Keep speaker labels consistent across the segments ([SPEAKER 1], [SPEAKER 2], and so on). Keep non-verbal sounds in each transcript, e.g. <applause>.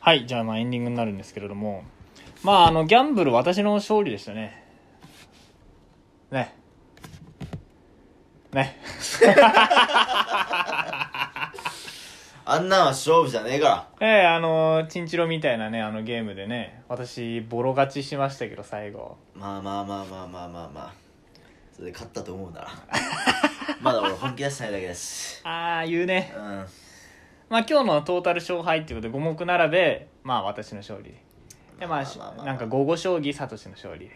[SPEAKER 1] はいじゃあまあエンディングになるんですけれどもまああのギャンブル私の勝利でしたねねね
[SPEAKER 2] あんなんは勝負じゃねえから。
[SPEAKER 1] ええあのチンチロみたいなねあのゲームでね私ボロ勝ちしましたけど最後
[SPEAKER 2] まあまあまあまあまあまあまあ。それで勝ったと思うなら。
[SPEAKER 1] <laughs>
[SPEAKER 2] まだ俺本気出してないだけです。
[SPEAKER 1] ああ言うね
[SPEAKER 2] うん。
[SPEAKER 1] まあ今日のトータル勝敗っていうことで五目並べまあ私の勝利でまあしなんか午後将棋サトシの勝利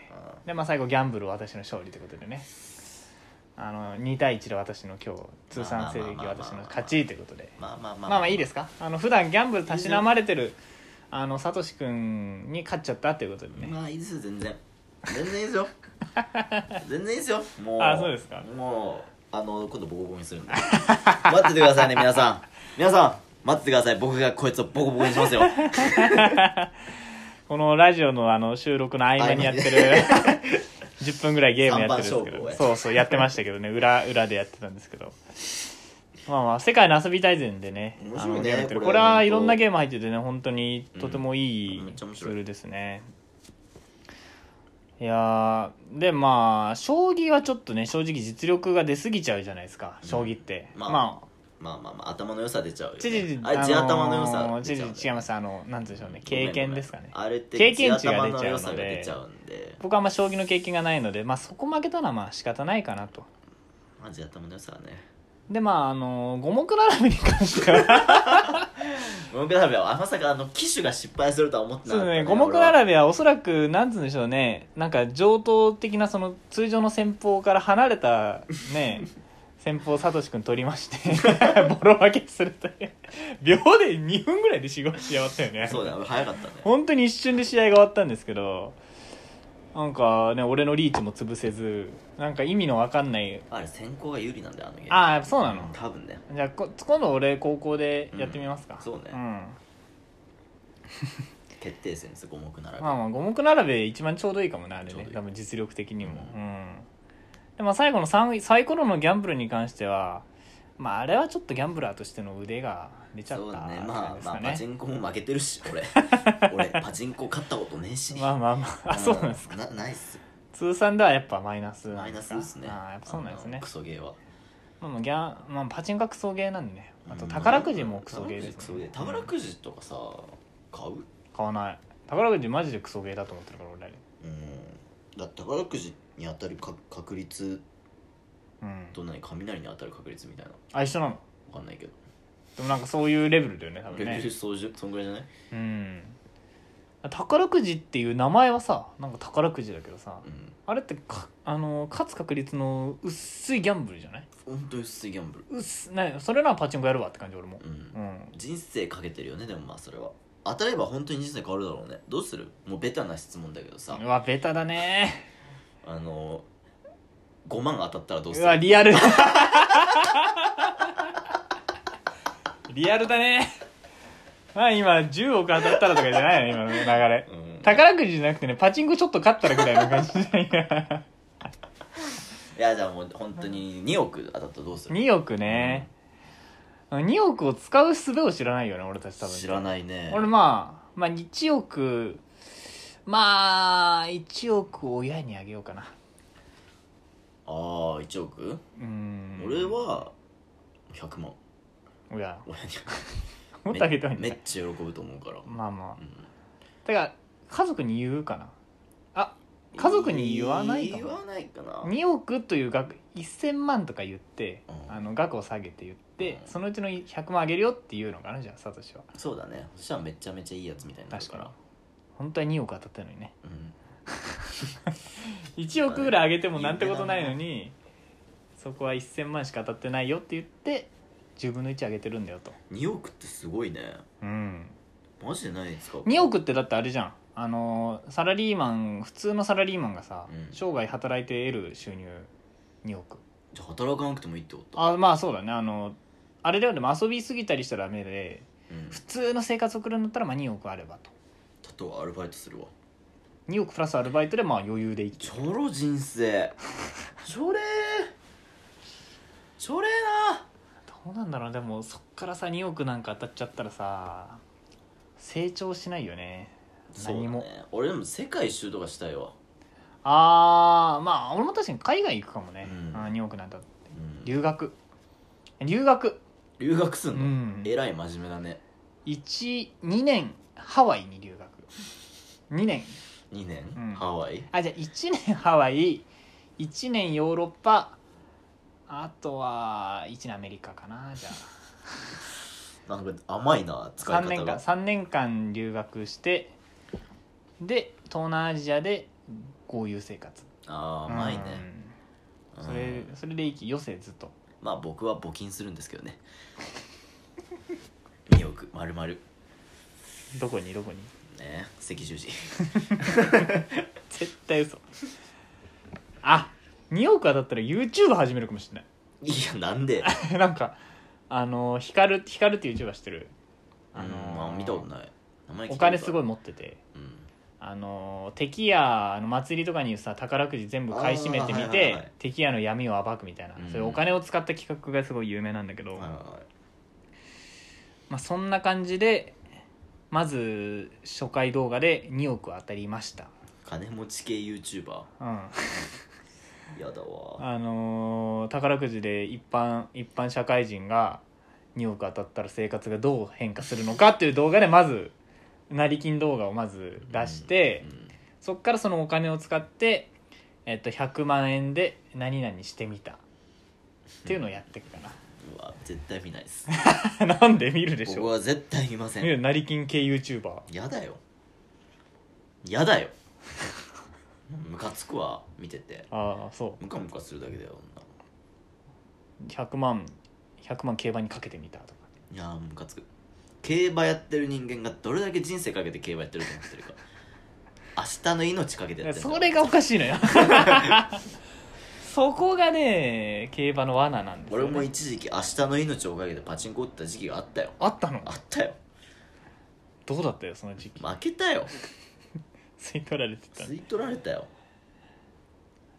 [SPEAKER 1] でまあ最後ギャンブル私の勝利ということでねあの2対1で私の今日通算成績
[SPEAKER 2] まあまあまあまあ
[SPEAKER 1] 私の勝ちということで
[SPEAKER 2] まあまあまあ。。
[SPEAKER 1] まあまあいいですすかあの普段ギャンブルたしなまれてるあのサトシ君に勝っちゃったということでね
[SPEAKER 2] まあいいですよ、全然。全然いいですよ。全然いいですよ。もう。
[SPEAKER 1] あそうですか
[SPEAKER 2] もう、あの、今度ボコボコにするんで。待っててくださいね、皆さん。皆さん、待っててください。僕がこいつをボコボコにし
[SPEAKER 1] <laughs>
[SPEAKER 2] ますよ。
[SPEAKER 1] このラジオのあの収録の合間にやってる
[SPEAKER 2] 合間
[SPEAKER 1] <laughs> 10分ぐらいゲームやってるんですけ
[SPEAKER 2] 三番勝負
[SPEAKER 1] ど
[SPEAKER 2] をや
[SPEAKER 1] そうそうやってましたけどね裏裏でやってたんですけどまあまあ世界の遊び大全でね
[SPEAKER 2] 面
[SPEAKER 1] あ
[SPEAKER 2] 白いね
[SPEAKER 1] のゲームやってる
[SPEAKER 2] こ
[SPEAKER 1] こ
[SPEAKER 2] れ
[SPEAKER 1] れはいろんなゲーム入っててね本当にとてもい
[SPEAKER 2] うんめ
[SPEAKER 1] い
[SPEAKER 2] っちゃ面
[SPEAKER 1] ツ
[SPEAKER 2] 白い
[SPEAKER 1] ールですね、いやーでまあ将棋はちょっとね正直実力が出過ぎちゃうじゃないですか将棋って、
[SPEAKER 2] まあ
[SPEAKER 1] まあ
[SPEAKER 2] まあまあまあ、頭の良さ出ちゃうよ、ね。
[SPEAKER 1] ちじ
[SPEAKER 2] あれ、地頭の良さ
[SPEAKER 1] ち
[SPEAKER 2] 出ちゃう、
[SPEAKER 1] 違いますあのなんて言うんでしょうね経験ですかね
[SPEAKER 2] あれって
[SPEAKER 1] 経験値
[SPEAKER 2] 地
[SPEAKER 1] が
[SPEAKER 2] 頭
[SPEAKER 1] 出ちゃうので
[SPEAKER 2] の良さが出ちゃうんで
[SPEAKER 1] 僕はあんま将棋の経験がないので、まあ、そこ負けたのはまあ仕方ないかなと
[SPEAKER 2] マジ頭の良さはね
[SPEAKER 1] でまああの五目並べに関しては
[SPEAKER 2] 五目並べはまさかあの機種が失敗するとは思ってな
[SPEAKER 1] そう
[SPEAKER 2] か
[SPEAKER 1] で
[SPEAKER 2] っ
[SPEAKER 1] す
[SPEAKER 2] た、
[SPEAKER 1] ね五目並べはおそらくなんつうんでしょうねなんか上等的なその通常の戦法から離れたね戦法をサトシ君取りましてボロ負けするという秒で2分ぐらいで仕事し終わったよね
[SPEAKER 2] そうだよ早かったね
[SPEAKER 1] 本当に一瞬で試合が終わったんですけどなんかね俺のリーチも潰せずなんか意味のわかんない
[SPEAKER 2] あれ先行が有利なんだよあのゲーム
[SPEAKER 1] ああそうなの
[SPEAKER 2] 多分ね
[SPEAKER 1] じゃあこ今度俺高校でやってみますか、
[SPEAKER 2] うんそうね
[SPEAKER 1] ん
[SPEAKER 2] 決定戦です五目並べ、
[SPEAKER 1] まあまあ五目並べ一番ちょうどいいかもねあれ
[SPEAKER 2] ちょうど
[SPEAKER 1] ね
[SPEAKER 2] いい
[SPEAKER 1] 多分実力的にも
[SPEAKER 2] う
[SPEAKER 1] うんん、でも最後のサンサイコロのギャンブルに関してはまああれはちょっとギャンブラーとしての腕が出ちゃった
[SPEAKER 2] そうだ
[SPEAKER 1] ん
[SPEAKER 2] ね
[SPEAKER 1] です
[SPEAKER 2] まあま
[SPEAKER 1] か
[SPEAKER 2] あパチ
[SPEAKER 1] ね
[SPEAKER 2] ンコも負けてるし俺
[SPEAKER 1] <laughs>
[SPEAKER 2] 俺パチンコ勝ったことねえし
[SPEAKER 1] まあまあまああそうなんです
[SPEAKER 2] かなないっす
[SPEAKER 1] 通算ではやっぱマイナスな
[SPEAKER 2] マイ
[SPEAKER 1] ん
[SPEAKER 2] ナ
[SPEAKER 1] です
[SPEAKER 2] ス
[SPEAKER 1] か
[SPEAKER 2] ですね
[SPEAKER 1] ああやっぱそうなんです
[SPEAKER 2] あの
[SPEAKER 1] ね
[SPEAKER 2] クソゲーは
[SPEAKER 1] まあまあギャンまあ、パチンコはクソゲーなんでねあと宝くじもクソゲー
[SPEAKER 2] うん
[SPEAKER 1] です、
[SPEAKER 2] 宝くじクソゲ
[SPEAKER 1] ね
[SPEAKER 2] ー、宝くじとかさ買う
[SPEAKER 1] 買わない宝くじマジでクソゲーだと思ってるから俺
[SPEAKER 2] うんだって宝くじに当たるか確率
[SPEAKER 1] うん
[SPEAKER 2] と何雷に当たる確率みたいな
[SPEAKER 1] あ一緒なの
[SPEAKER 2] わかんないけど
[SPEAKER 1] でもなんかそういうレベルだよね多分
[SPEAKER 2] レベ
[SPEAKER 1] ね
[SPEAKER 2] ルそうじゅそんぐらいじゃない
[SPEAKER 1] うん宝くじっていう名前はさなんか宝くじだけどさ
[SPEAKER 2] うん
[SPEAKER 1] あれってかあの勝つ確率の薄いギャンブルじゃない
[SPEAKER 2] 本当に薄いギャンブル
[SPEAKER 1] 薄なそれならパチンコやるわって感じ俺も
[SPEAKER 2] う
[SPEAKER 1] うんん
[SPEAKER 2] 人生かけてるよねでもまあそれは当たれば本当に人生変わるだろうねどうするもうベタな質問だけどさ
[SPEAKER 1] うわベタだね
[SPEAKER 2] あの5万当たったらどうす
[SPEAKER 1] う
[SPEAKER 2] る
[SPEAKER 1] わリアルリアルだねまあ今10億当たったらとかじゃないの今の流れ
[SPEAKER 2] うん
[SPEAKER 1] 宝くじじゃなくてねパチンコちょっと勝ったらぐらいの感じ <laughs>
[SPEAKER 2] いやじゃあもう本当に2億当たったらどうする
[SPEAKER 1] 2億ね、2億を使う術を知らないよね俺たち多分
[SPEAKER 2] 知らないね
[SPEAKER 1] 俺まあまあ1億まあ1億親にあげようかな
[SPEAKER 2] ああ1億
[SPEAKER 1] うん
[SPEAKER 2] 俺は100万
[SPEAKER 1] 親
[SPEAKER 2] 親に
[SPEAKER 1] もっとあげてもいいん
[SPEAKER 2] め
[SPEAKER 1] だ
[SPEAKER 2] っちゃ喜ぶと思うから
[SPEAKER 1] まあま
[SPEAKER 2] うん
[SPEAKER 1] あだから家族に言うかなあ家族に言わないか
[SPEAKER 2] 言
[SPEAKER 1] な
[SPEAKER 2] わないかな
[SPEAKER 1] 2億という額1000万とか言って、
[SPEAKER 2] うん
[SPEAKER 1] あの額を下げて言って、
[SPEAKER 2] うん
[SPEAKER 1] そのうちの100万あげるよっていうのかなじゃあサトシは
[SPEAKER 2] そうだねそしたらめちゃめちゃいいやつみたいになる
[SPEAKER 1] 確
[SPEAKER 2] か
[SPEAKER 1] からに本当は2億当たったのにね
[SPEAKER 2] うん
[SPEAKER 1] 1億ぐらい上げてもなんてことないのにそこは1000万しか当たってないよって言って10分の1上げてるんだよと、
[SPEAKER 2] 2億ってすごいね
[SPEAKER 1] うん、
[SPEAKER 2] マジでないですか
[SPEAKER 1] 2億ってだってあれじゃんあのーサラリーマン普通のサラリーマンがさ、
[SPEAKER 2] うん
[SPEAKER 1] 生涯働いて得る収入2億
[SPEAKER 2] じゃあ働かなくてもいいってこと
[SPEAKER 1] あまあそうだねあのあれだよでも遊びすぎたりしたらダメで
[SPEAKER 2] うん
[SPEAKER 1] 普通の生活送るんだったらまあ2億あればと
[SPEAKER 2] たとえアルバイトするわ
[SPEAKER 1] 2億プラスアルバイトでまあ余裕で生き
[SPEAKER 2] ちょ
[SPEAKER 1] <laughs>
[SPEAKER 2] ろ人生ちょれーちょれーな
[SPEAKER 1] どどうなんだろうでもそっからさ2億なんか当たっちゃったらさ成長しないよね
[SPEAKER 2] そうだ
[SPEAKER 1] 何も、
[SPEAKER 2] ね俺でも世界一周とかしたいわ
[SPEAKER 1] ああまあ俺も確かに海外行くかもね、
[SPEAKER 2] うん
[SPEAKER 1] あ2億なんだって
[SPEAKER 2] うん
[SPEAKER 1] 留学留学
[SPEAKER 2] 留学すんの、
[SPEAKER 1] うん
[SPEAKER 2] えらい真面目だね
[SPEAKER 1] 12年ハワイに留学2年
[SPEAKER 2] 2年、
[SPEAKER 1] うん
[SPEAKER 2] ハワイ
[SPEAKER 1] あじゃあ1年 <laughs> ハワイ1年ヨーロッパあとは1年アメリカかなじゃあ
[SPEAKER 2] なんか甘いな使
[SPEAKER 1] 3
[SPEAKER 2] い方
[SPEAKER 1] 年間
[SPEAKER 2] が
[SPEAKER 1] 3年間留学してで東南アジアで豪遊生活
[SPEAKER 2] あー甘いね、
[SPEAKER 1] う
[SPEAKER 2] うんん
[SPEAKER 1] それそれで生き余生ずっと
[SPEAKER 2] まあ僕は募金するんですけど
[SPEAKER 1] <laughs>
[SPEAKER 2] ね2億丸々ね
[SPEAKER 1] どこにどこに
[SPEAKER 2] 赤十字 <laughs>
[SPEAKER 1] 絶対嘘あ2億当たったら YouTube 始めるかもしれない
[SPEAKER 2] いやなんで
[SPEAKER 1] <laughs> なんかあの光る光るっていう YouTuber 知ってる
[SPEAKER 2] あの見たことない名前聞いたことある
[SPEAKER 1] お金すご
[SPEAKER 2] い、
[SPEAKER 1] い持ってて
[SPEAKER 2] うん
[SPEAKER 1] あの敵やあの祭りとかにさ宝くじ全部買い占めてみ
[SPEAKER 2] あーはいはいは
[SPEAKER 1] て
[SPEAKER 2] い
[SPEAKER 1] 敵やの闇を暴くみたいな
[SPEAKER 2] うん
[SPEAKER 1] そういうお金を使った企画がすごい有名なんだけど、
[SPEAKER 2] はいはいはい
[SPEAKER 1] まあ、そんな感じでまず初回動画で2億当たりました
[SPEAKER 2] 金持ち系 YouTuber
[SPEAKER 1] うん
[SPEAKER 2] やだわ
[SPEAKER 1] あのー宝くじで一般一般社会人が2億当たったら生活がどう変化するのかっていう動画でまず成金動画をまず出して、
[SPEAKER 2] うん
[SPEAKER 1] そっからそのお金を使って、えっと、100万円で何々してみたっていうのをやっていくか
[SPEAKER 2] うわ絶対見ないです
[SPEAKER 1] な <laughs> なんで見るでし
[SPEAKER 2] 僕
[SPEAKER 1] ょ
[SPEAKER 2] は絶対見ませ
[SPEAKER 1] 見る
[SPEAKER 2] ん
[SPEAKER 1] 成金系 YouTuber
[SPEAKER 2] やだよ
[SPEAKER 1] <laughs>
[SPEAKER 2] やだよムカつくわ見てて
[SPEAKER 1] ああそ
[SPEAKER 2] ムカムカするだけだよ女
[SPEAKER 1] う100万100万競馬にかけてみたとか
[SPEAKER 2] いやームカつく競馬やってる人間がどれだけ人生かけて競馬やってると思ってるか <laughs> 明日の命かけてやってんだ
[SPEAKER 1] それがおかしいのよ <laughs> そこがね競馬の罠なんですよ、
[SPEAKER 2] 俺
[SPEAKER 1] ね、
[SPEAKER 2] も一時期明日の命をかけてパチンコ打った時期があったよ
[SPEAKER 1] あったの
[SPEAKER 2] あったよ
[SPEAKER 1] どうだったよその時期
[SPEAKER 2] 負けたよ
[SPEAKER 1] 吸い取られてた
[SPEAKER 2] 吸い取られたよ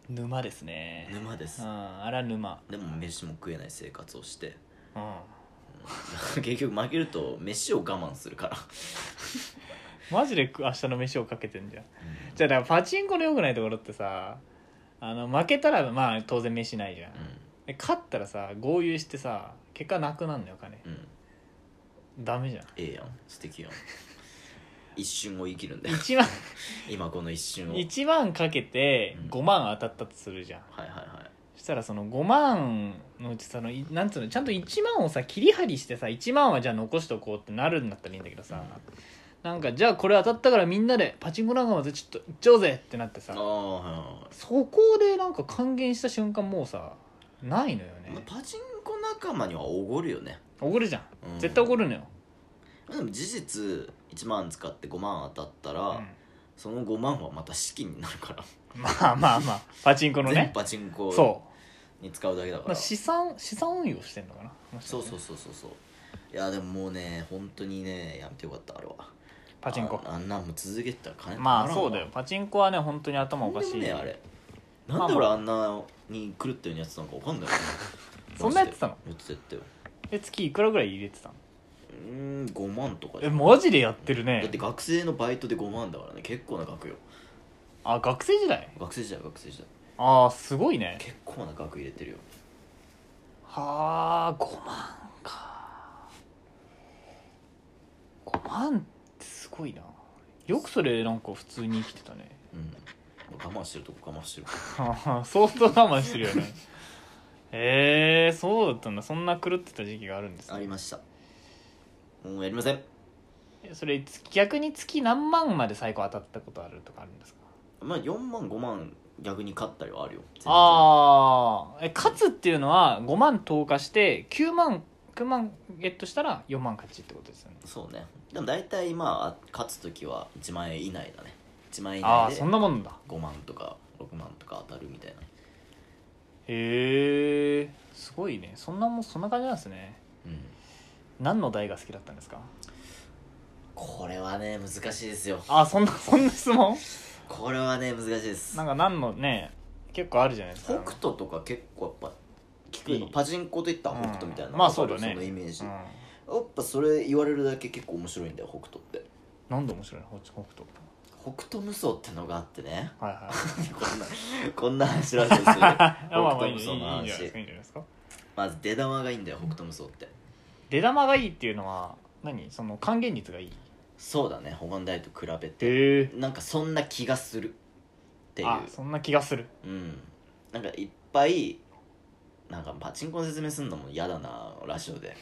[SPEAKER 1] 沼ですね
[SPEAKER 2] 沼です
[SPEAKER 1] うんあら沼
[SPEAKER 2] でも飯も食えない生活をして <laughs>
[SPEAKER 1] うん
[SPEAKER 2] 結局負けると飯を我慢するから
[SPEAKER 1] マジで明日の飯をかけてんじゃんじゃあだからパチンコの良くないところってさあの負けたらまあ当然飯ないじゃんで勝ったらさ豪遊してさ結果なくなんのよ金
[SPEAKER 2] うんうん
[SPEAKER 1] ダメじゃん
[SPEAKER 2] ええやん素敵やん一瞬を生きるんだよ
[SPEAKER 1] 1万
[SPEAKER 2] 今この一瞬をはい
[SPEAKER 1] 1万かけて
[SPEAKER 2] うん
[SPEAKER 1] 5万当たったとするじゃん
[SPEAKER 2] はいはい
[SPEAKER 1] そしたらその5万のうちそのいなんつうのちゃんと1万をさ切り張りしてさ1万はじゃあ残しとこうってなるんだったらいいんだけどさ、なんかじゃあこれ当たったからみんなでパチンコ仲間でちょっと行っちゃおうぜってなって
[SPEAKER 2] あ
[SPEAKER 1] さ
[SPEAKER 2] あはいはいはい
[SPEAKER 1] そこでなんか還元した瞬間もうさないのよ
[SPEAKER 2] まあ
[SPEAKER 1] ね
[SPEAKER 2] パチンコ仲間にはおごるよね、
[SPEAKER 1] おごるじゃん
[SPEAKER 2] うん
[SPEAKER 1] 絶対怒るのよ、
[SPEAKER 2] でも事実1万使って5万当たったら、
[SPEAKER 1] うん
[SPEAKER 2] その5万はまた資金になるから、
[SPEAKER 1] まあまあ
[SPEAKER 2] <laughs>
[SPEAKER 1] まあパチンコの
[SPEAKER 2] 全部
[SPEAKER 1] ね
[SPEAKER 2] パチンコ
[SPEAKER 1] そ
[SPEAKER 2] に使うだけだか
[SPEAKER 1] うまあ
[SPEAKER 2] ら
[SPEAKER 1] 資産資産運用してんのかなもしかした
[SPEAKER 2] そう
[SPEAKER 1] らね
[SPEAKER 2] そうそうそうそういやでももうね本当にねやめてよかったあれは
[SPEAKER 1] パチンコ
[SPEAKER 2] ああんなんも続けてたら金
[SPEAKER 1] まあ
[SPEAKER 2] たまらんわ
[SPEAKER 1] そうだよパチンコはね本当に頭
[SPEAKER 2] と
[SPEAKER 1] お
[SPEAKER 2] んで
[SPEAKER 1] か
[SPEAKER 2] も
[SPEAKER 1] しい
[SPEAKER 2] ねえあれなんで俺あんなに狂ったようにやってたのかわかんないよね
[SPEAKER 1] <laughs> そんなやってたの
[SPEAKER 2] マジでやってたよ
[SPEAKER 1] え月いくらぐらい入れてたの
[SPEAKER 2] うーん5万とかじ
[SPEAKER 1] え
[SPEAKER 2] ゃん
[SPEAKER 1] マジでやってる
[SPEAKER 2] だっ
[SPEAKER 1] ね
[SPEAKER 2] て学生のバイトで5万だからね結構な額よ
[SPEAKER 1] あ学生時代
[SPEAKER 2] 学生時代学生時代
[SPEAKER 1] ああすごいね
[SPEAKER 2] 結構な額入れてるよ
[SPEAKER 1] はあ5万か5万ってすごいなよくそれなんか普通に生きてたね
[SPEAKER 2] うん我慢してるとこ我慢してる
[SPEAKER 1] ああ <laughs> 相当我慢してるよねえー、そうだったんだそんな狂ってた時期があるんです
[SPEAKER 2] あ
[SPEAKER 1] ね
[SPEAKER 2] りましたもうやりません
[SPEAKER 1] えそれ月逆に月何万まで最高当たったことあるとかあるんですか
[SPEAKER 2] まあ4万5万逆に勝ったりはあるよあ
[SPEAKER 1] ああ勝つっていうのは5万投下して9万9万ゲットしたら4万勝ちってことですよね
[SPEAKER 2] そうねでも大体まあ勝つ時は1万円以内だね1万円以
[SPEAKER 1] ああ
[SPEAKER 2] 内
[SPEAKER 1] ー
[SPEAKER 2] で
[SPEAKER 1] そんなもんだ
[SPEAKER 2] 5万とか6万とか当たるみたいな
[SPEAKER 1] へえすごいねそんなもんそんな感じなんですね
[SPEAKER 2] うん
[SPEAKER 1] 何の代が好きだったんですか
[SPEAKER 2] これはね難しいですよ
[SPEAKER 1] あそんなそんな質問
[SPEAKER 2] これはね難しいです
[SPEAKER 1] なんか何のね結構あるじゃないですか
[SPEAKER 2] 北斗とか結構やっぱ聞くよ
[SPEAKER 1] いい
[SPEAKER 2] パチンコといったら
[SPEAKER 1] うん
[SPEAKER 2] 北斗みたいな、
[SPEAKER 1] まあそうだね
[SPEAKER 2] そのイメージ、
[SPEAKER 1] うん
[SPEAKER 2] やっぱそれ言われるだけ結構面白いんだよ北斗って
[SPEAKER 1] なんで面白いの北斗北斗
[SPEAKER 2] 北斗無双ってのがあっ
[SPEAKER 1] <laughs>
[SPEAKER 2] てね
[SPEAKER 1] はいはい
[SPEAKER 2] こんなこんな話らしいですよ
[SPEAKER 1] まあ
[SPEAKER 2] 北
[SPEAKER 1] まあ
[SPEAKER 2] 斗
[SPEAKER 1] いい
[SPEAKER 2] 無
[SPEAKER 1] いいいい
[SPEAKER 2] 双の
[SPEAKER 1] いいんじゃないですかいいん
[SPEAKER 2] 話
[SPEAKER 1] じゃないですか
[SPEAKER 2] まず出玉がいいんだよ北斗無双って
[SPEAKER 1] 出玉がいいっていうのは何その還元率がいい
[SPEAKER 2] そうだね保存代と比べて
[SPEAKER 1] へえ
[SPEAKER 2] なんかそんな気がするっていう
[SPEAKER 1] あそんな気がする
[SPEAKER 2] うんなんかいっぱいなんかパチンコの説明するのも嫌だなラジオで、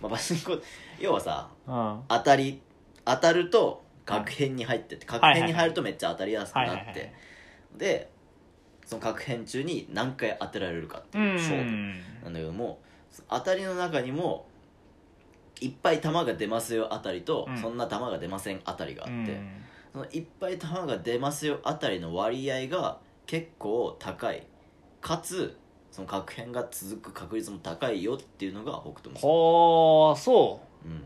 [SPEAKER 2] まあ、パチンコ要はさ
[SPEAKER 1] うんは
[SPEAKER 2] 当たり当たると確変に入ってって確変に入るとめっちゃ当たりやす
[SPEAKER 1] い
[SPEAKER 2] く
[SPEAKER 1] はい
[SPEAKER 2] な
[SPEAKER 1] は
[SPEAKER 2] って
[SPEAKER 1] い
[SPEAKER 2] でその確変中に何回当てられるかって
[SPEAKER 1] う
[SPEAKER 2] いう勝負
[SPEAKER 1] ん
[SPEAKER 2] なんだけども当たりの中にもいっぱい球が出ますよあたりと、
[SPEAKER 1] うん
[SPEAKER 2] そんな球が出ませんあたりがあ
[SPEAKER 1] う
[SPEAKER 2] って、
[SPEAKER 1] ん
[SPEAKER 2] そのいっぱい球が出ますよあたりの割合が結構高いかつその確変が続く確率も高いよっていうのが北斗無双、
[SPEAKER 1] はあそう
[SPEAKER 2] うん、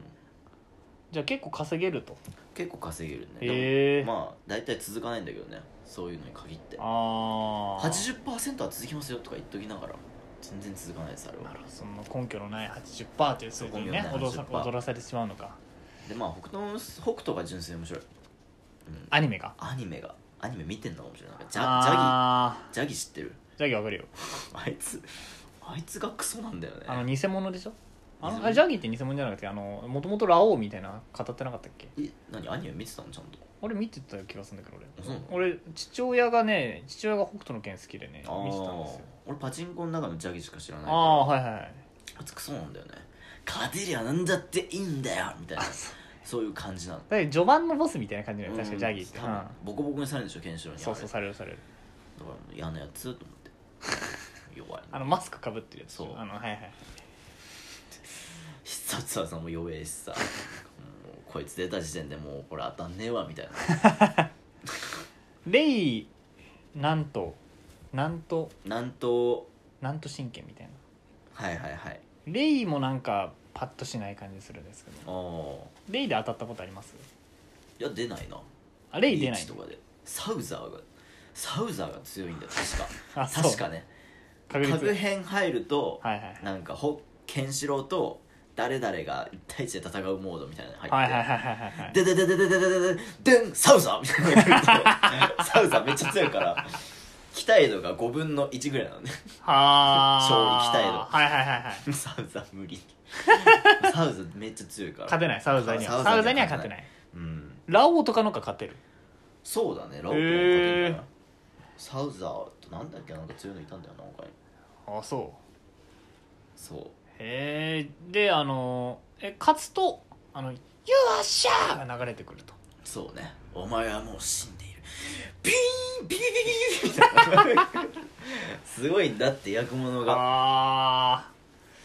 [SPEAKER 1] じゃあ結構稼げると
[SPEAKER 2] 結構稼げるねで
[SPEAKER 1] へえ
[SPEAKER 2] もまあ大体続かないんだけどねそういうのに限って
[SPEAKER 1] ああ
[SPEAKER 2] 80%は続きますよとか言っときながら全然続かないですあれ
[SPEAKER 1] な
[SPEAKER 2] は
[SPEAKER 1] るほどその根拠のない80%という数字にね
[SPEAKER 2] 根拠のな
[SPEAKER 1] 踊
[SPEAKER 2] い
[SPEAKER 1] ら
[SPEAKER 2] 80%
[SPEAKER 1] 踊らされてしまうのか
[SPEAKER 2] でまあ北斗無双北斗が純粋に面白い、うん、
[SPEAKER 1] アニメか
[SPEAKER 2] アニメがアニメ見てんのかもしれないなんかジャ
[SPEAKER 1] あ
[SPEAKER 2] ジャギジャギ知ってる
[SPEAKER 1] ージャギわかるよ
[SPEAKER 2] あいつあいつがクソなんだよね
[SPEAKER 1] あの偽物でしょあ
[SPEAKER 2] 偽
[SPEAKER 1] の
[SPEAKER 2] 物
[SPEAKER 1] あジャギって偽物じゃなくてもともとラオウみたいな語ってなかったっけ
[SPEAKER 2] え何アニメ見てたのちゃんと
[SPEAKER 1] 俺見てた気がするんだけど
[SPEAKER 2] あそうなの
[SPEAKER 1] 俺俺父親がね父親が北斗の拳好きでね
[SPEAKER 2] あー
[SPEAKER 1] 見てたんですよ
[SPEAKER 2] 俺パチンコの中のジャギしか知らないから
[SPEAKER 1] ああーはいはい
[SPEAKER 2] あいつクソなんだよね勝てりゃなんだっていいんだよみたいなそういう感じなの
[SPEAKER 1] だって序盤のボスみたいな感じだよね確かジャギって、
[SPEAKER 2] う
[SPEAKER 1] うんん
[SPEAKER 2] 多分ボコボコにされるんでしょケンシロウに
[SPEAKER 1] そうそう
[SPEAKER 2] あれ
[SPEAKER 1] されるされる
[SPEAKER 2] だから嫌なやつと
[SPEAKER 1] <laughs>
[SPEAKER 2] 思って弱い
[SPEAKER 1] あ
[SPEAKER 2] な
[SPEAKER 1] のマスクかぶってるやつ
[SPEAKER 2] そう
[SPEAKER 1] あのはいはい
[SPEAKER 2] <laughs> 必殺技も弱えしさもうこいつ出た時点でもうこれ当たんねえわみたいな
[SPEAKER 1] <laughs> レイなんとなんと
[SPEAKER 2] なんと
[SPEAKER 1] なんと神経みたいな
[SPEAKER 2] はいはいはい
[SPEAKER 1] レイもなんかパッとしない感じするんですけど
[SPEAKER 2] ああ
[SPEAKER 1] レイで当たったことあります
[SPEAKER 2] いや出ないな
[SPEAKER 1] あレイ出な
[SPEAKER 2] リー
[SPEAKER 1] い
[SPEAKER 2] チとかでサウザーがサウザーが強いんだよ
[SPEAKER 1] <laughs> あ
[SPEAKER 2] 確か確かね
[SPEAKER 1] 確率
[SPEAKER 2] 確変入ると、
[SPEAKER 1] はいはい
[SPEAKER 2] なんかほケンシロウと誰々が1対1で戦うモードみたいなの入
[SPEAKER 1] はい
[SPEAKER 2] って、
[SPEAKER 1] はいはいはいはいはい
[SPEAKER 2] ででででででででででんサウザーみたいなのが
[SPEAKER 1] <laughs>
[SPEAKER 2] 来るとサウザーめっちゃ強いから期待度が5分の1ぐらいなのね
[SPEAKER 1] はあ
[SPEAKER 2] 勝利期待度
[SPEAKER 1] はいはいはいはい
[SPEAKER 2] <laughs> サウザー無理サウザーめっちゃ強いから
[SPEAKER 1] 勝てないサウザーには
[SPEAKER 2] サ
[SPEAKER 1] サ
[SPEAKER 2] ウ
[SPEAKER 1] ウ
[SPEAKER 2] ザ
[SPEAKER 1] ザ
[SPEAKER 2] ー
[SPEAKER 1] ー
[SPEAKER 2] に
[SPEAKER 1] に
[SPEAKER 2] は
[SPEAKER 1] は勝て
[SPEAKER 2] 勝てな
[SPEAKER 1] ないい
[SPEAKER 2] うん
[SPEAKER 1] ラオウとかの方が勝てる
[SPEAKER 2] そうだねラオウも勝てるから、サウザーとなんだっけなんか強いのいたんだよな他に
[SPEAKER 1] あそう
[SPEAKER 2] そう
[SPEAKER 1] へえであのえ勝つと「あの You are sure!」が流れてくると
[SPEAKER 2] そうねお前はもう死んでいるピーンピーンみたいなすごいんだって役物が
[SPEAKER 1] ああだか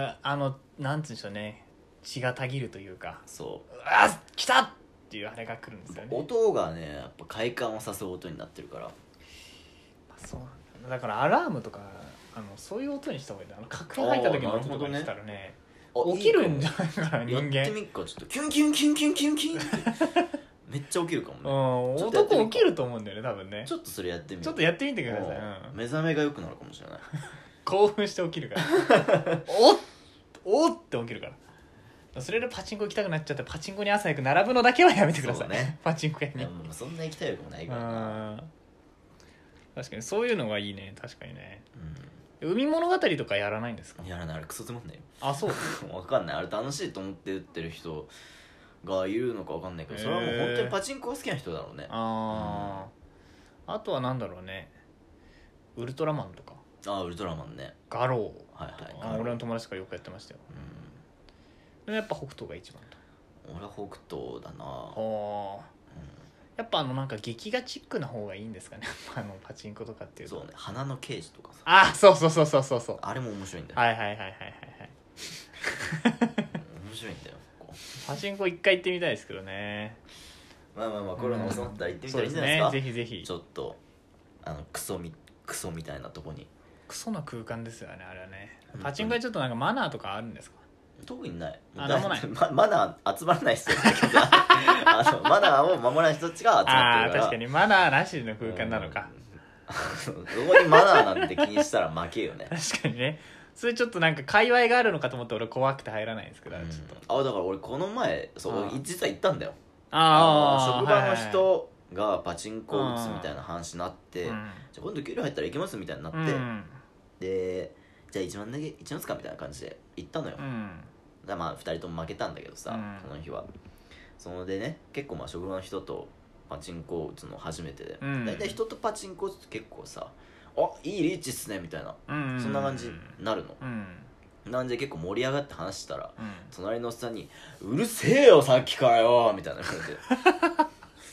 [SPEAKER 1] らあのなんつうんでしょうね血がたぎるというか
[SPEAKER 2] そ
[SPEAKER 1] 「うわっ来た!」っていうあれが来るんですよ
[SPEAKER 2] う
[SPEAKER 1] ね
[SPEAKER 2] 音がねやっぱ快感を誘う音になってるから
[SPEAKER 1] まあそうなんだだからアラームとかあのそういう音にした方がいいなあの確変入った時の音とかにしたらね
[SPEAKER 2] あ
[SPEAKER 1] 起きるんじ
[SPEAKER 2] い
[SPEAKER 1] ゃないかない
[SPEAKER 2] か
[SPEAKER 1] 人
[SPEAKER 2] も
[SPEAKER 1] 間
[SPEAKER 2] やってみっかちょっとキュンキュンキュンキュンキュンキュンってめっちゃ起きるか
[SPEAKER 1] う
[SPEAKER 2] もね
[SPEAKER 1] ん
[SPEAKER 2] ちょっとやってみ
[SPEAKER 1] 男起きると思うんだよね多分ね
[SPEAKER 2] ちょっとそれやってみる
[SPEAKER 1] ちょっとやってみてください、う
[SPEAKER 2] うん
[SPEAKER 1] ん
[SPEAKER 2] 目覚めが良くなるか
[SPEAKER 1] <laughs>
[SPEAKER 2] もしれない
[SPEAKER 1] 興奮して起きるから
[SPEAKER 2] <laughs>
[SPEAKER 1] おっおっって起きるからそれでパチンコ行きたくなっちゃってパチンコに朝早く並ぶのだけはやめてくださ
[SPEAKER 2] そう
[SPEAKER 1] い
[SPEAKER 2] ね
[SPEAKER 1] パチンコ屋
[SPEAKER 2] い
[SPEAKER 1] に
[SPEAKER 2] やもうそんな行きたい欲もないからな
[SPEAKER 1] うん確かにそういうのがいいね確かにね
[SPEAKER 2] う
[SPEAKER 1] 海物語とかやらないんですか
[SPEAKER 2] んやらないあれクソつまんないよ <laughs>
[SPEAKER 1] あそう
[SPEAKER 2] わかんないあれ楽しいと思って打ってる人がいるのかわかんないけどそれはもう本当にパチンコが好きな人だろうねあ
[SPEAKER 1] あああとはなんだろうねウルトラマンとか
[SPEAKER 2] あウルトラマンね
[SPEAKER 1] ガロ
[SPEAKER 2] はい
[SPEAKER 1] ーとか、
[SPEAKER 2] はい
[SPEAKER 1] あ俺の友達とかよくやってましたよでもやっぱ北斗が一番と
[SPEAKER 2] うん俺は北斗だな、
[SPEAKER 1] はあ
[SPEAKER 2] う
[SPEAKER 1] やっぱあのなんか劇画チックな方がいいんですかね <laughs> あのパチンコとかってい
[SPEAKER 2] ん、
[SPEAKER 1] うと
[SPEAKER 2] そうね花の刑事とかさ
[SPEAKER 1] あそうそうそうそうそうそう
[SPEAKER 2] あれも面白いんだよ、
[SPEAKER 1] はいはいはいはいはいはい
[SPEAKER 2] うん面白いんだよこ
[SPEAKER 1] パチンコ一回行ってみたいですけどね
[SPEAKER 2] うまあまあまあコロナ収まったら行ってみ
[SPEAKER 1] そ
[SPEAKER 2] た
[SPEAKER 1] う
[SPEAKER 2] ら
[SPEAKER 1] で
[SPEAKER 2] いいん
[SPEAKER 1] す
[SPEAKER 2] じゃないで
[SPEAKER 1] ね
[SPEAKER 2] すか
[SPEAKER 1] ぜひぜひ
[SPEAKER 2] ちょっとあのクソみクソみたいなとこに
[SPEAKER 1] クソな空間ですよねあれはね
[SPEAKER 2] 本当に
[SPEAKER 1] パチンコはちょっとなんかマナーとかあるんですか
[SPEAKER 2] 特にない
[SPEAKER 1] あなんもない
[SPEAKER 2] <laughs> まマナー集まらない人 <laughs> だけどさあのマナーを守らない人たちが集まって
[SPEAKER 1] ああ
[SPEAKER 2] る
[SPEAKER 1] ー
[SPEAKER 2] から
[SPEAKER 1] 確かにマナーなしの空間なのか
[SPEAKER 2] うんそこにマナーなんて気にしたら負け
[SPEAKER 1] <laughs>
[SPEAKER 2] よね
[SPEAKER 1] 確かにねそれちょっとなんか界隈があるのかと思って俺怖くて入らないんですけど、
[SPEAKER 2] うん
[SPEAKER 1] ちょっと
[SPEAKER 2] あだから俺この前そう
[SPEAKER 1] あー
[SPEAKER 2] 実は行ったんだよ
[SPEAKER 1] ああ
[SPEAKER 2] の職場の人がパチンコを打つみたいな話になって、
[SPEAKER 1] はいはい
[SPEAKER 2] じゃあ今度給料入ったら行きますみたいになって、
[SPEAKER 1] うんうん
[SPEAKER 2] でじゃあ1万だけ1万っすかみたいな感じで行ったのよ、
[SPEAKER 1] うん
[SPEAKER 2] だまあ2人とも負けたんだけどさ、
[SPEAKER 1] うん
[SPEAKER 2] その日はそのでね結構まあ職場の人とパチンコ打つの初めてで、
[SPEAKER 1] うん
[SPEAKER 2] 大体人とパチンコ打つと結構さ「あいいリーチっすね」みたいな、
[SPEAKER 1] うんうん
[SPEAKER 2] そんな感じになるの、
[SPEAKER 1] うん
[SPEAKER 2] なんで結構盛り上がって話したら
[SPEAKER 1] うん
[SPEAKER 2] 隣のおっさんに「うるせえよさっきからよ」みたいな感
[SPEAKER 1] <laughs>
[SPEAKER 2] じで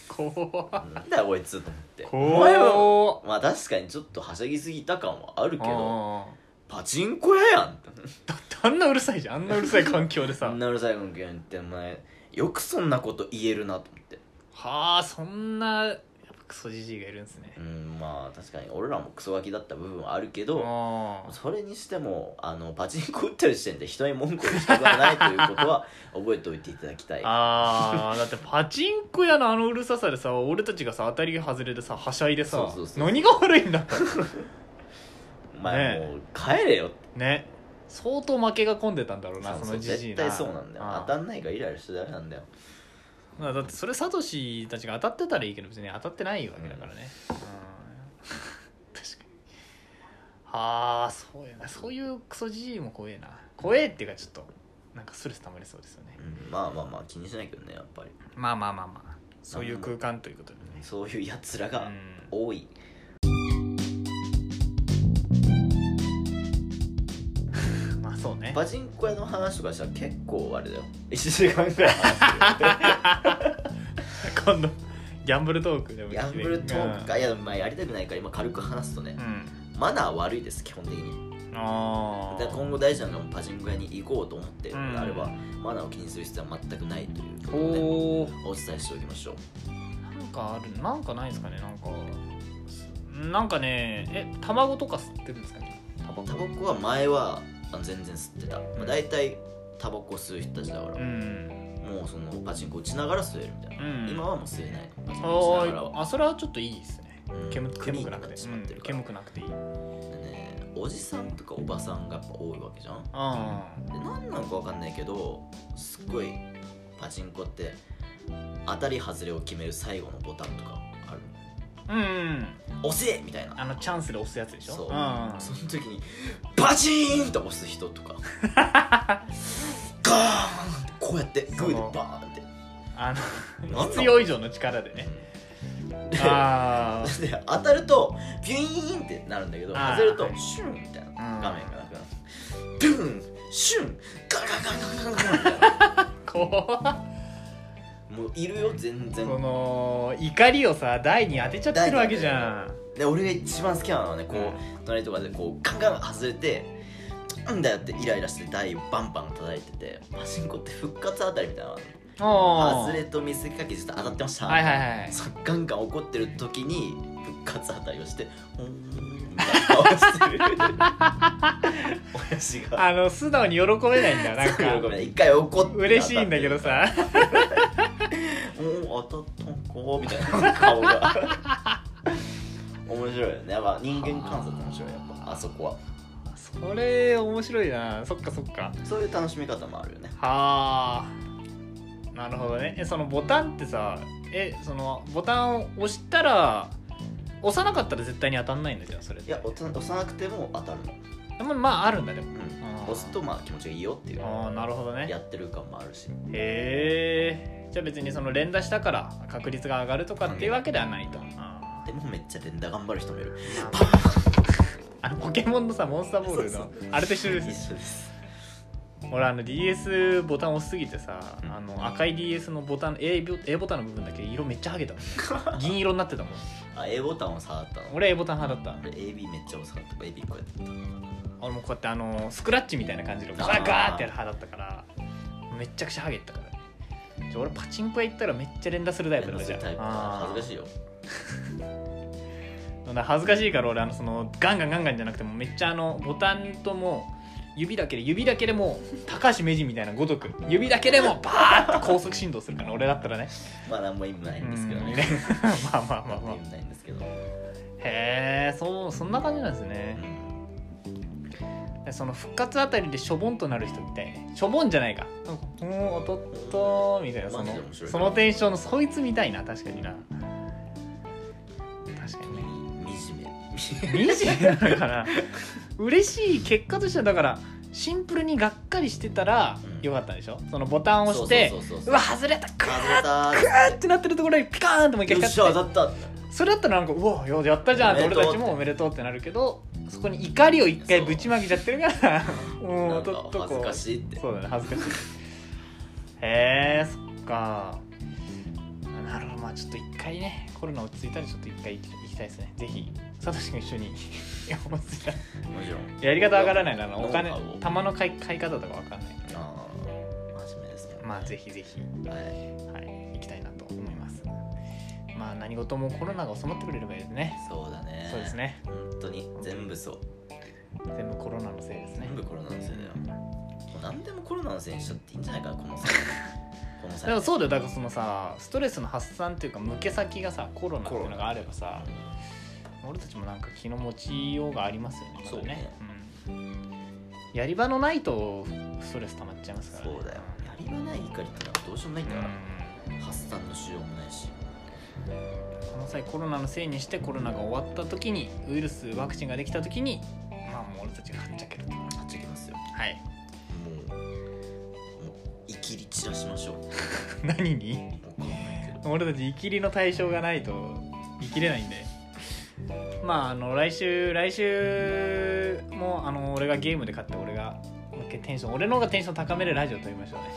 [SPEAKER 1] 怖
[SPEAKER 2] 「なんだよこいつ」と思ってお前は
[SPEAKER 1] 怖
[SPEAKER 2] まあ確かにちょっとはしゃぎすぎた感はあるけど
[SPEAKER 1] あ
[SPEAKER 2] パチンコ屋やんって
[SPEAKER 1] ーだってあんなうるさいじゃんあんなうるさい環境で
[SPEAKER 2] そ
[SPEAKER 1] さ
[SPEAKER 2] んなうるさい文句言ってお前よくそんなこと言えるなと思って
[SPEAKER 1] はあそんなやっぱクソじじいがいるんですね
[SPEAKER 2] うんまあ確かに俺らもクソガキだった部分はあるけど
[SPEAKER 1] あー
[SPEAKER 2] それにしてもあのパチンコ打ってる時点で人に文句を言うことがないというこ
[SPEAKER 1] <laughs>
[SPEAKER 2] とは覚えておいていただきたい
[SPEAKER 1] あーだってパチンコ屋のあのうるささでさ俺たちがさ当たり外れでさはしゃいでさ
[SPEAKER 2] そうそうそう
[SPEAKER 1] 何が悪いんだと
[SPEAKER 2] お前
[SPEAKER 1] ねえ
[SPEAKER 2] もう帰れよって
[SPEAKER 1] ね相当負けが込んでたんだろうなそ
[SPEAKER 2] そう
[SPEAKER 1] のじじい
[SPEAKER 2] 絶対そうなんだよ当たんないからイライラしてダメなんだよ
[SPEAKER 1] まあ、だってそれサトシたちが当たってたらいいけど別に当たってないわけだからね、うん <laughs> 確かにああそうやなそういうクソじじいも怖えな怖えっていうかちょっとなんかストレス溜まりそうですよね
[SPEAKER 2] うんまあまあまあ気にしないけどねやっぱり
[SPEAKER 1] まあまあまあまあそういう空間ということでね
[SPEAKER 2] そういうやつら
[SPEAKER 1] う
[SPEAKER 2] が
[SPEAKER 1] ん
[SPEAKER 2] 多い、
[SPEAKER 1] まあそうね
[SPEAKER 2] パチンコ屋の話とかしたら結構あれだよ1時間くらい話してる
[SPEAKER 1] 今度ギャンブルトークでも
[SPEAKER 2] ギャンブルトークかいやまあやりたくないから今軽く話すとね
[SPEAKER 1] うん、
[SPEAKER 2] マナー悪いです基本的に
[SPEAKER 1] うんあ
[SPEAKER 2] だから今後大事なのがパチンコ屋に行こうと思ってるのであれば、
[SPEAKER 1] う
[SPEAKER 2] マナーを気にする必要は全くないということで、
[SPEAKER 1] おお
[SPEAKER 2] お伝えしておきましょう
[SPEAKER 1] なんかあるなんかないですかねなんかすなんかねえ卵とか吸ってるんですかねタバコ
[SPEAKER 2] タバコは前はあの全然吸ってた、まあ、大体タバコ吸う人たちだから、
[SPEAKER 1] うん
[SPEAKER 2] もうそのパチンコ打ちながら吸えるみたいな、
[SPEAKER 1] うん
[SPEAKER 2] 今はもう吸えないパチンコ打ちながら
[SPEAKER 1] あ
[SPEAKER 2] は
[SPEAKER 1] あそれはちょっといいですね
[SPEAKER 2] うん
[SPEAKER 1] 煙
[SPEAKER 2] クリ
[SPEAKER 1] 煙
[SPEAKER 2] ーン
[SPEAKER 1] く
[SPEAKER 2] に
[SPEAKER 1] な
[SPEAKER 2] なっ
[SPEAKER 1] くて
[SPEAKER 2] てしまってる
[SPEAKER 1] うん
[SPEAKER 2] から
[SPEAKER 1] 煙くなくていいうん
[SPEAKER 2] でねおじさんとかおばさんがやっぱ多いわけじゃん
[SPEAKER 1] あ
[SPEAKER 2] で何なのか分かんないけどすっごいパチンコって当たり外れを決める最後のボタンとかある
[SPEAKER 1] うんうん
[SPEAKER 2] 押せみたいな
[SPEAKER 1] あのチャンスで押すやつでしょ
[SPEAKER 2] そう、
[SPEAKER 1] んあ
[SPEAKER 2] その時にバチーンと押す人とかガーンってこうやってグーでバーンってな
[SPEAKER 1] の
[SPEAKER 2] んだ
[SPEAKER 1] 必要以上の力でねああ
[SPEAKER 2] で当たるとビューンってなるんだけど
[SPEAKER 1] あー
[SPEAKER 2] 外れるとシュンみたいな
[SPEAKER 1] うん
[SPEAKER 2] 画面がなくなるビューンシュンガガガガガガガみたいな
[SPEAKER 1] 怖っ
[SPEAKER 2] もういるよ全然
[SPEAKER 1] その怒りをさ台に当てちゃってるわけじゃん
[SPEAKER 2] で俺が一番好きなのはねこう隣とかでこうガンガン外れてなんだよってイライラして台バンバン叩いててパチンコって復活あたりみたいなの
[SPEAKER 1] あ
[SPEAKER 2] 外れと見せかけて当たってました、
[SPEAKER 1] はいはいはい
[SPEAKER 2] そうガンガン怒ってる時に復活当たりをして
[SPEAKER 1] <laughs>
[SPEAKER 2] ほーんみたいな顔してる <laughs> 親父が
[SPEAKER 1] あの素直に喜べないんだ
[SPEAKER 2] <laughs>
[SPEAKER 1] なん
[SPEAKER 2] すごい
[SPEAKER 1] か
[SPEAKER 2] 喜べない一回怒って
[SPEAKER 1] 嬉しいんだけどさ
[SPEAKER 2] おお当たったんかみたいな顔が面白いよねやっぱ人間観察面白いやっぱあそこは
[SPEAKER 1] それ面白いなそっかそっか
[SPEAKER 2] そういう楽しみ方もあるよね
[SPEAKER 1] はあなるほどねえそのボタンってさえそのボタンを押したら押さなかったら絶対に当たんないんだじゃんそれ
[SPEAKER 2] いや押さ押さなくても当たるの、
[SPEAKER 1] でもまああるんだでも
[SPEAKER 2] うん
[SPEAKER 1] あー
[SPEAKER 2] 押すとまあ気持ちがいいよっていう
[SPEAKER 1] ああなるほどね
[SPEAKER 2] やってる感もあるし
[SPEAKER 1] へえじゃあ別にその連打したから確率が上がるとかっていうわけではないと、
[SPEAKER 2] うん
[SPEAKER 1] あ
[SPEAKER 2] でもめっちゃ連打頑張る人もいる
[SPEAKER 1] ー <laughs> あのポケモンのさモンスターボール
[SPEAKER 2] そう
[SPEAKER 1] のあれと一緒です
[SPEAKER 2] 一
[SPEAKER 1] よね
[SPEAKER 2] 緒です
[SPEAKER 1] 俺あの DS ボタン押しすぎてさ、
[SPEAKER 2] うん
[SPEAKER 1] あの赤い DS のボタン A, ボ A ボタンの部分だけ色めっちゃハゲたも
[SPEAKER 2] <laughs>
[SPEAKER 1] ん銀色になってたもん
[SPEAKER 2] あ A ボタンを触ったの俺
[SPEAKER 1] 俺 A ボタン派だった
[SPEAKER 2] AB めっちゃ遅かった AB こうやってやっ
[SPEAKER 1] 俺もこうやってあのスクラッチみたいな感じでガーガーってやる派だったからめっちゃくちゃハゲてたからじゃあ俺パチンコ屋行ったらめっちゃ連打するタイ
[SPEAKER 2] た
[SPEAKER 1] プだ
[SPEAKER 2] 連
[SPEAKER 1] っ
[SPEAKER 2] 打
[SPEAKER 1] たじ
[SPEAKER 2] す
[SPEAKER 1] ゃん
[SPEAKER 2] るタイプだから恥ずかしいよ
[SPEAKER 1] だから恥ずかしいから俺あのそのガンガンガンガンじゃなくてもうめっちゃあのボタンともう指だけで指だけでもう高橋名人みたいなごとく指だけでもバーって高速振動するから俺だったらね
[SPEAKER 2] まあ何も意味ないんですけど
[SPEAKER 1] うん <laughs>
[SPEAKER 2] ね
[SPEAKER 1] ねまあまあまあ
[SPEAKER 2] 何
[SPEAKER 1] ま
[SPEAKER 2] も意味ないんですけど
[SPEAKER 1] へえそうそんな感じなんですねでその復活あたりでしょぼんとなる人みたいしょぼんじゃないかうんうんおとっとみたいなそ
[SPEAKER 2] マジ
[SPEAKER 1] の
[SPEAKER 2] で面白いな
[SPEAKER 1] そのテンションのそいつみたいな確かにな確かにね
[SPEAKER 2] うんみ惨め
[SPEAKER 1] 20だから嬉しい結果としてはだからシンプルにがっかりしてたら
[SPEAKER 2] うん
[SPEAKER 1] よかったでしょ、そのボタンを押して
[SPEAKER 2] そうそうそうそ
[SPEAKER 1] う
[SPEAKER 2] う
[SPEAKER 1] わ外れたク
[SPEAKER 2] 外れ
[SPEAKER 1] ーッ
[SPEAKER 2] た
[SPEAKER 1] クーッってなってるところにピカーンともう一
[SPEAKER 2] よ
[SPEAKER 1] 回
[SPEAKER 2] っしゃ
[SPEAKER 1] 光
[SPEAKER 2] 当
[SPEAKER 1] って
[SPEAKER 2] たった
[SPEAKER 1] それだったらなんかうわよやったじゃんって
[SPEAKER 2] おめで
[SPEAKER 1] 俺
[SPEAKER 2] とう
[SPEAKER 1] たちもおめでとうってなるけどそこに怒りを一回ぶちまけちゃってるからうん
[SPEAKER 2] なん
[SPEAKER 1] ちょ
[SPEAKER 2] か
[SPEAKER 1] っと
[SPEAKER 2] 恥ず
[SPEAKER 1] こ
[SPEAKER 2] か
[SPEAKER 1] う
[SPEAKER 2] しいって
[SPEAKER 1] そうだね恥ずかしい <laughs> へえそっかなるほどまあちょっと一回ねコロナ落ち着いたらちょっと一回行き行きたいですねぜひサトシ君一緒に <laughs> 思ってた
[SPEAKER 2] もちろん
[SPEAKER 1] やり方わからないなあのお金
[SPEAKER 2] ノウハウを
[SPEAKER 1] 玉の買い買い方とかわかんないから
[SPEAKER 2] ああ真面目ですね
[SPEAKER 1] まあぜひぜひ
[SPEAKER 2] はい
[SPEAKER 1] はい行きたいなと思いますまあ何事もコロナが収まってくれればいいですね
[SPEAKER 2] そうだね
[SPEAKER 1] そうですね
[SPEAKER 2] 本当に全部そう
[SPEAKER 1] 全部コロナのせいですね
[SPEAKER 2] 全部コロナのせいだよもう何でもコロナのせいにしちゃっていいんじゃないかなこ
[SPEAKER 1] <laughs>
[SPEAKER 2] の際この際
[SPEAKER 1] でもそうだよだからそのさストレスの発散っていうか向け先がさコロナっていうのがあればさ俺たちもなんか気の持ちようがありますよね,、まだ
[SPEAKER 2] そうね
[SPEAKER 1] うん、やり場のないとストレス溜まっちゃいますから、ね、
[SPEAKER 2] そうだよやり場ない怒りってのはどうしようもないんだから、
[SPEAKER 1] う
[SPEAKER 2] 発散のしようもないし
[SPEAKER 1] んこの際コロナのせいにしてコロナが終わった時にウイルスワクチンができた時にまあもう俺たちがはっちゃけると
[SPEAKER 2] あっちゃけますよ
[SPEAKER 1] はい <laughs>
[SPEAKER 2] もうもういきり散らしましょうわ
[SPEAKER 1] 何に
[SPEAKER 2] かんないけど
[SPEAKER 1] 俺たち生きりの対象がないと生きれないんでまああの来週来週もあの俺がゲームで勝って俺がもう一回テンション俺の方がテンション高めるラジオ撮りましょうね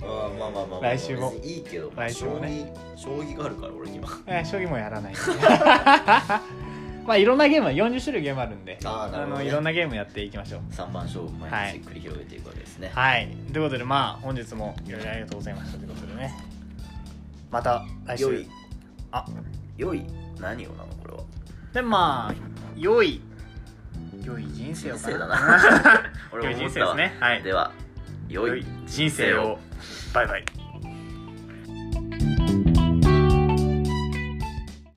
[SPEAKER 2] まあまあまあまあ、
[SPEAKER 1] 来週も
[SPEAKER 2] 別にいいけど
[SPEAKER 1] 来週もね
[SPEAKER 2] 将棋将棋があるから俺今
[SPEAKER 1] えー将棋もやらない <laughs> まあいろんなゲームは40種類ゲームあるんで
[SPEAKER 2] あーなるほどね
[SPEAKER 1] のいろんなゲームやっていきましょう
[SPEAKER 2] 三番勝負
[SPEAKER 1] は
[SPEAKER 2] 毎
[SPEAKER 1] い
[SPEAKER 2] 日繰り広げていくわけですね、
[SPEAKER 1] はいということでまあ本日もいろいろありがとうございましたということでねまた来週
[SPEAKER 2] 良い
[SPEAKER 1] あ
[SPEAKER 2] 良い何をなのこれは
[SPEAKER 1] でまあ良い良い人生を
[SPEAKER 2] 人
[SPEAKER 1] か
[SPEAKER 2] 生だ
[SPEAKER 1] な
[SPEAKER 2] な俺
[SPEAKER 1] <laughs> 良い
[SPEAKER 2] も思
[SPEAKER 1] 人生で
[SPEAKER 2] ったわ
[SPEAKER 1] すねはい
[SPEAKER 2] では良い
[SPEAKER 1] 人生をバイバイ